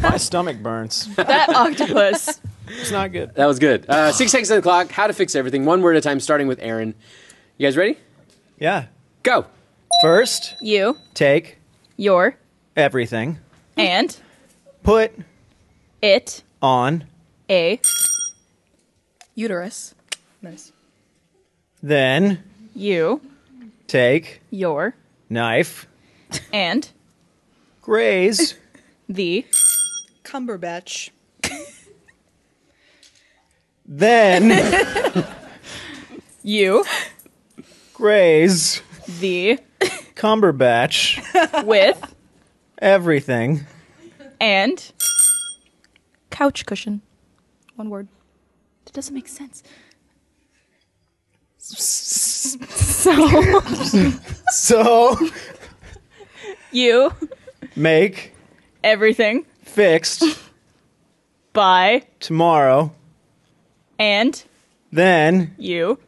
E: My stomach burns.
C: that octopus.
E: It's not good.
A: That was good. Uh, six seconds on the clock. How to fix everything. One word at a time, starting with Aaron. You guys ready?
E: Yeah.
A: Go.
E: First,
C: You,
E: take
C: your,
E: everything,
C: and
E: put
C: it,
E: on,
C: a,
G: Uterus.
B: Nice.
E: then
C: you,
E: take
C: your,
E: knife,
C: and
E: graze,
C: the
B: Cumberbatch.
E: then
C: you,
E: graze,
C: the
E: Cumberbatch,
C: with
E: everything,
C: and
G: Couch cushion. One word.
C: it doesn't make sense. So
E: so
C: you
E: make
C: everything
E: fixed
C: by
E: tomorrow,
C: and
E: then
C: you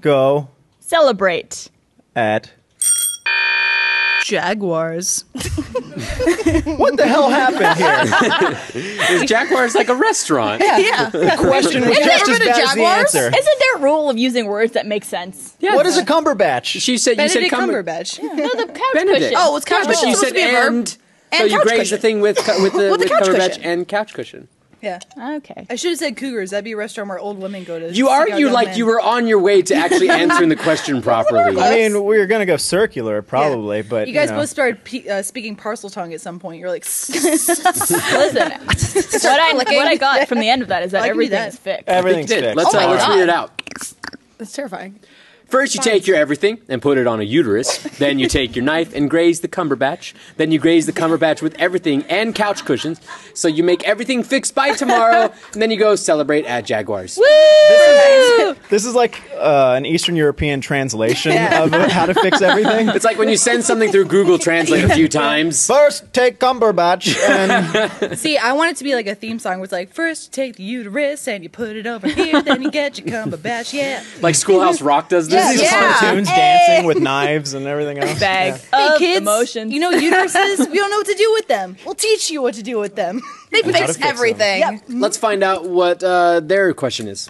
E: go
C: celebrate.
E: at.
B: Jaguars.
E: What the hell happened here?
A: Is Jaguar's like a restaurant?
E: The question was just as bad as the answer.
C: Isn't there a rule of using words that make sense? Yeah.
E: What is a Cumberbatch?
A: She said you said
B: Benedict
A: Cumber-
B: Cumberbatch.
C: No, the couch
A: Benedict.
C: cushion.
A: Oh,
D: it's couch
A: But
D: cushion.
A: you
D: It's
A: said
D: supposed to be a verb.
A: and. so
D: And
A: you
D: couch
A: grazed
D: cushion.
A: the thing with cu- with the,
D: With the
A: with
D: couch
A: Cumberbatch
D: cushion.
A: and couch cushion.
B: Yeah.
C: Okay.
B: I should have said Cougars. That'd be a restaurant where old women go to.
A: You argue like you were on your way to actually answering the question properly.
E: I mean, we were gonna go circular probably, but
B: You guys
E: know.
B: both started pe- uh, speaking parcel tongue at some point. You're like,
C: Listen, what I what I got from the end of that is that
B: I can do that.
C: everything's fixed.
E: everything's
A: did.
E: fixed.
A: Let's, uh, let's read it out.
G: That's terrifying.
A: First, you take your everything and put it on a uterus. then you take your knife and graze the cumberbatch. Then you graze the cumberbatch with everything and couch cushions. So you make everything fixed by tomorrow, and then you go celebrate at Jaguars.
E: This is like uh, an Eastern European translation of uh, how to fix everything.
A: It's like when you send something through Google Translate a few times.
E: First, take Cumberbatch and
B: see, I want it to be like a theme song where it's like, first you take the uterus and you put it over here, then you get your cumberbatch. Yeah.
A: Like Schoolhouse Rock does this.
E: these
D: Yeah.
E: cartoons dancing with knives and everything else.
C: Bag
B: Hey,
C: of
B: kids,
C: emotions.
B: you know uteruses? we don't know what to do with them. We'll teach you what to do with them.
D: They
E: how to
D: fixed
E: fix 'em.
D: everything.
A: Let's find out what uh, their question is.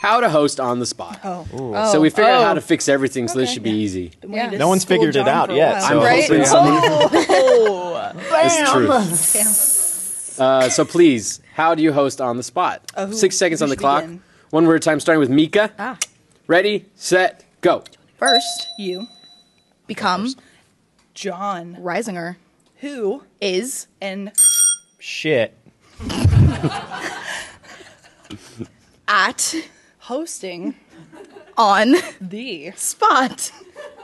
A: How to host on the spot.
B: Oh. Uh,
A: So we figured out how to fix everything, so this should be easy.
D: Oh. Yeah.
E: No one's figured it out yet. So
A: I'm
D: Right?
A: hoping someone
B: Oh.
A: is true.
B: Damn.
A: Uh, so please, how do you host on the spot?
B: Oh, who-
A: Six seconds
B: who
A: on the
B: should
A: clock.
B: begin?
A: One word at a time, starting with Mika.
D: Ah.
A: Ready, set, go.
D: First,
B: You,
D: become
B: John,
D: Risinger
B: who,
D: is
B: and
E: shit.
D: at
B: hosting
D: on
B: the
D: spot,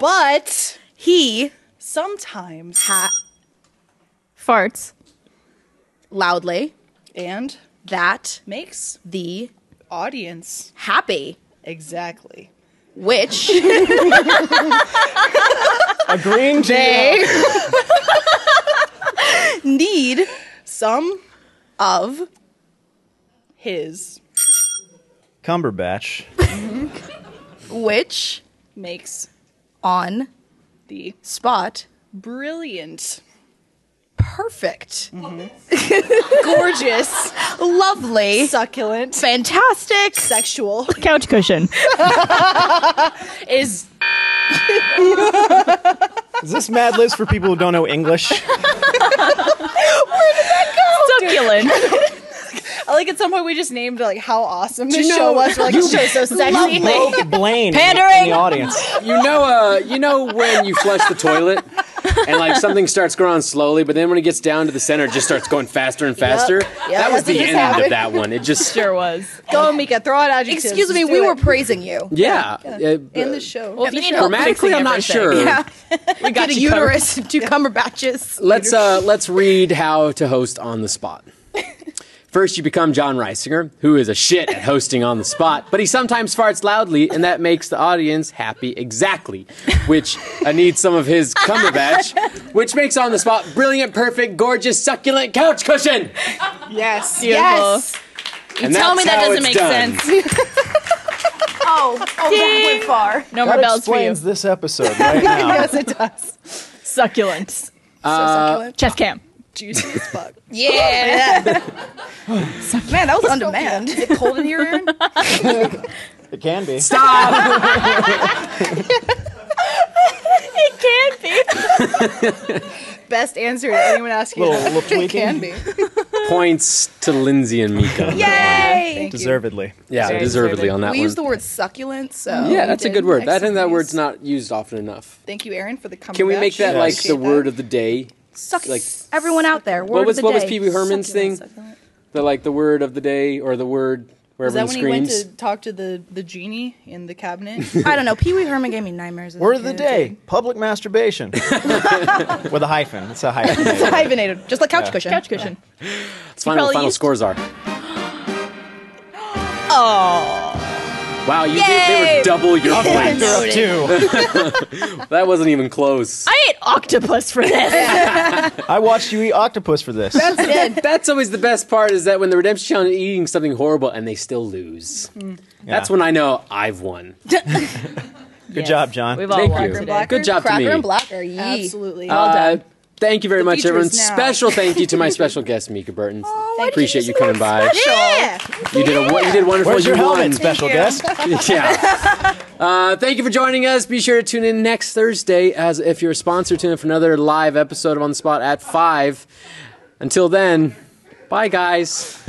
D: but he
B: sometimes
D: ha-
C: farts.
D: loudly
B: and
D: that
B: makes
D: the
B: audience
D: happy
B: exactly
D: which
E: A green tea.
D: need
B: Some
D: of
B: his
E: Cumberbatch.
D: which
B: makes
D: on
B: the
D: spot
B: brilliant,
D: perfect,
B: gorgeous,
D: lovely,
B: succulent,
D: fantastic,
B: sexual
C: Couch cushion.
B: is
E: Is this Mad Libs for people who don't know English?
C: Succulent.
B: I like at some point we just named like how awesome
A: you
B: this
A: know-
B: show was. We're like,
A: you-
B: this show's so sexy.
E: Broke Blaine in
C: Pandering.
E: the audience.
A: You know, uh, you know when you flush the toilet and like something starts growing slowly, but then when it gets down to the center, it just starts going faster and faster. that was
B: that's what
A: the
B: just
A: end of
B: happened.
A: that one. It just,
C: Sure was.
B: Go, Mika, throw out adjectives.
D: Excuse me,
B: Let's
D: we
B: do
D: were
B: it.
D: praising you.
A: yeah. Uh,
B: in the show.
C: Well, if you need help
A: Grammatically,
C: fixing
A: I'm not
C: everything-
A: sure.
D: We got
C: you
D: a uterus, two cumberbatches.
A: Let's uh, let's read how to host on the spot. First, you become John Reisinger, who is a shit at hosting on the spot, but he sometimes farts loudly, and that makes the audience happy exactly. Which I need some of his Cumberbatch, which makes on the spot brilliant, perfect, gorgeous, succulent couch cushion.
B: Yes.
D: Yes.
A: And
F: Tell
A: that's
F: me that
A: how
F: doesn't
A: it's
F: make
A: done.
F: sense.
D: Oh, oh, that went far.
C: No more
E: That
C: bells for you.
E: explains this episode right now.
B: Yes, it does.
C: Succulent.
A: Uh,
C: Chest cam.
B: Juicy as fuck.
D: Yeah. Man, that was on demand.
B: Is it cold in here, Aaron?
E: It can be.
A: Stop.
C: It can be.
B: Best answer to anyone asking.
E: Little, little tweaking.
B: can be.
A: Points to Lindsay and Mika.
D: Yay!
E: Deservedly.
A: Yeah,
C: Very
A: deservedly
C: deserved.
A: on that
D: We
A: one.
D: use the word succulent, so
A: yeah, that's a
B: did.
A: good word. I think
B: Excellent
A: that
B: use.
A: word's not used often enough.
B: Thank you, Aaron, for the comment.
A: Can we make that like
E: Yes.
A: the word of the day?
D: suck
A: Like-
D: everyone out there. Word
A: what was
D: of the
A: what was
D: day.
A: Pee Wee Herman's thing? The like the word of the day or the word where
B: Was that
A: everyone
B: when he went
A: screams.
B: to talk to the, the genie in the cabinet?
D: I don't know. Pee Wee Herman gave me nightmares. as a
E: Word of the
D: kid.
E: day: public masturbation. With a hyphen. It's a hyphen.
D: Hyphenated, just like couch cushion.
C: Couch cushion.
A: Let's find out what the
C: probably
A: final
C: used-
A: scores are.
C: Oh.
A: Wow, you did, they
D: Yay!
A: were double your points.
E: They're up two.
A: That wasn't even close.
C: I ate octopus for this.
E: I watched you eat octopus for this.
A: That's always the best part is that when the redemption challenge is eating something horrible and they still lose. That's when I know I've won.
E: Good job, John.
C: We've all
A: Thank
C: won
A: you.
C: today.
B: Blacker?
A: Good job to me.
D: Cracker and blacker, yee.
B: Absolutely.
A: Uh, thank you very much,
B: future
A: everyone.
B: is now.
A: Special thank you to my special guest, Mika Burton.
D: Oh,
B: Thank
A: Appreciate you coming by.
B: Yeah.
A: You did a wo- you did wonderful.
E: Where's your
A: you won.
E: helmet, special guest?
A: yeah. Uh, thank you for joining us. Be sure to tune in next Thursday as if you're a sponsor, tune in for another live episode of On the Spot at 5. Until then, bye, guys.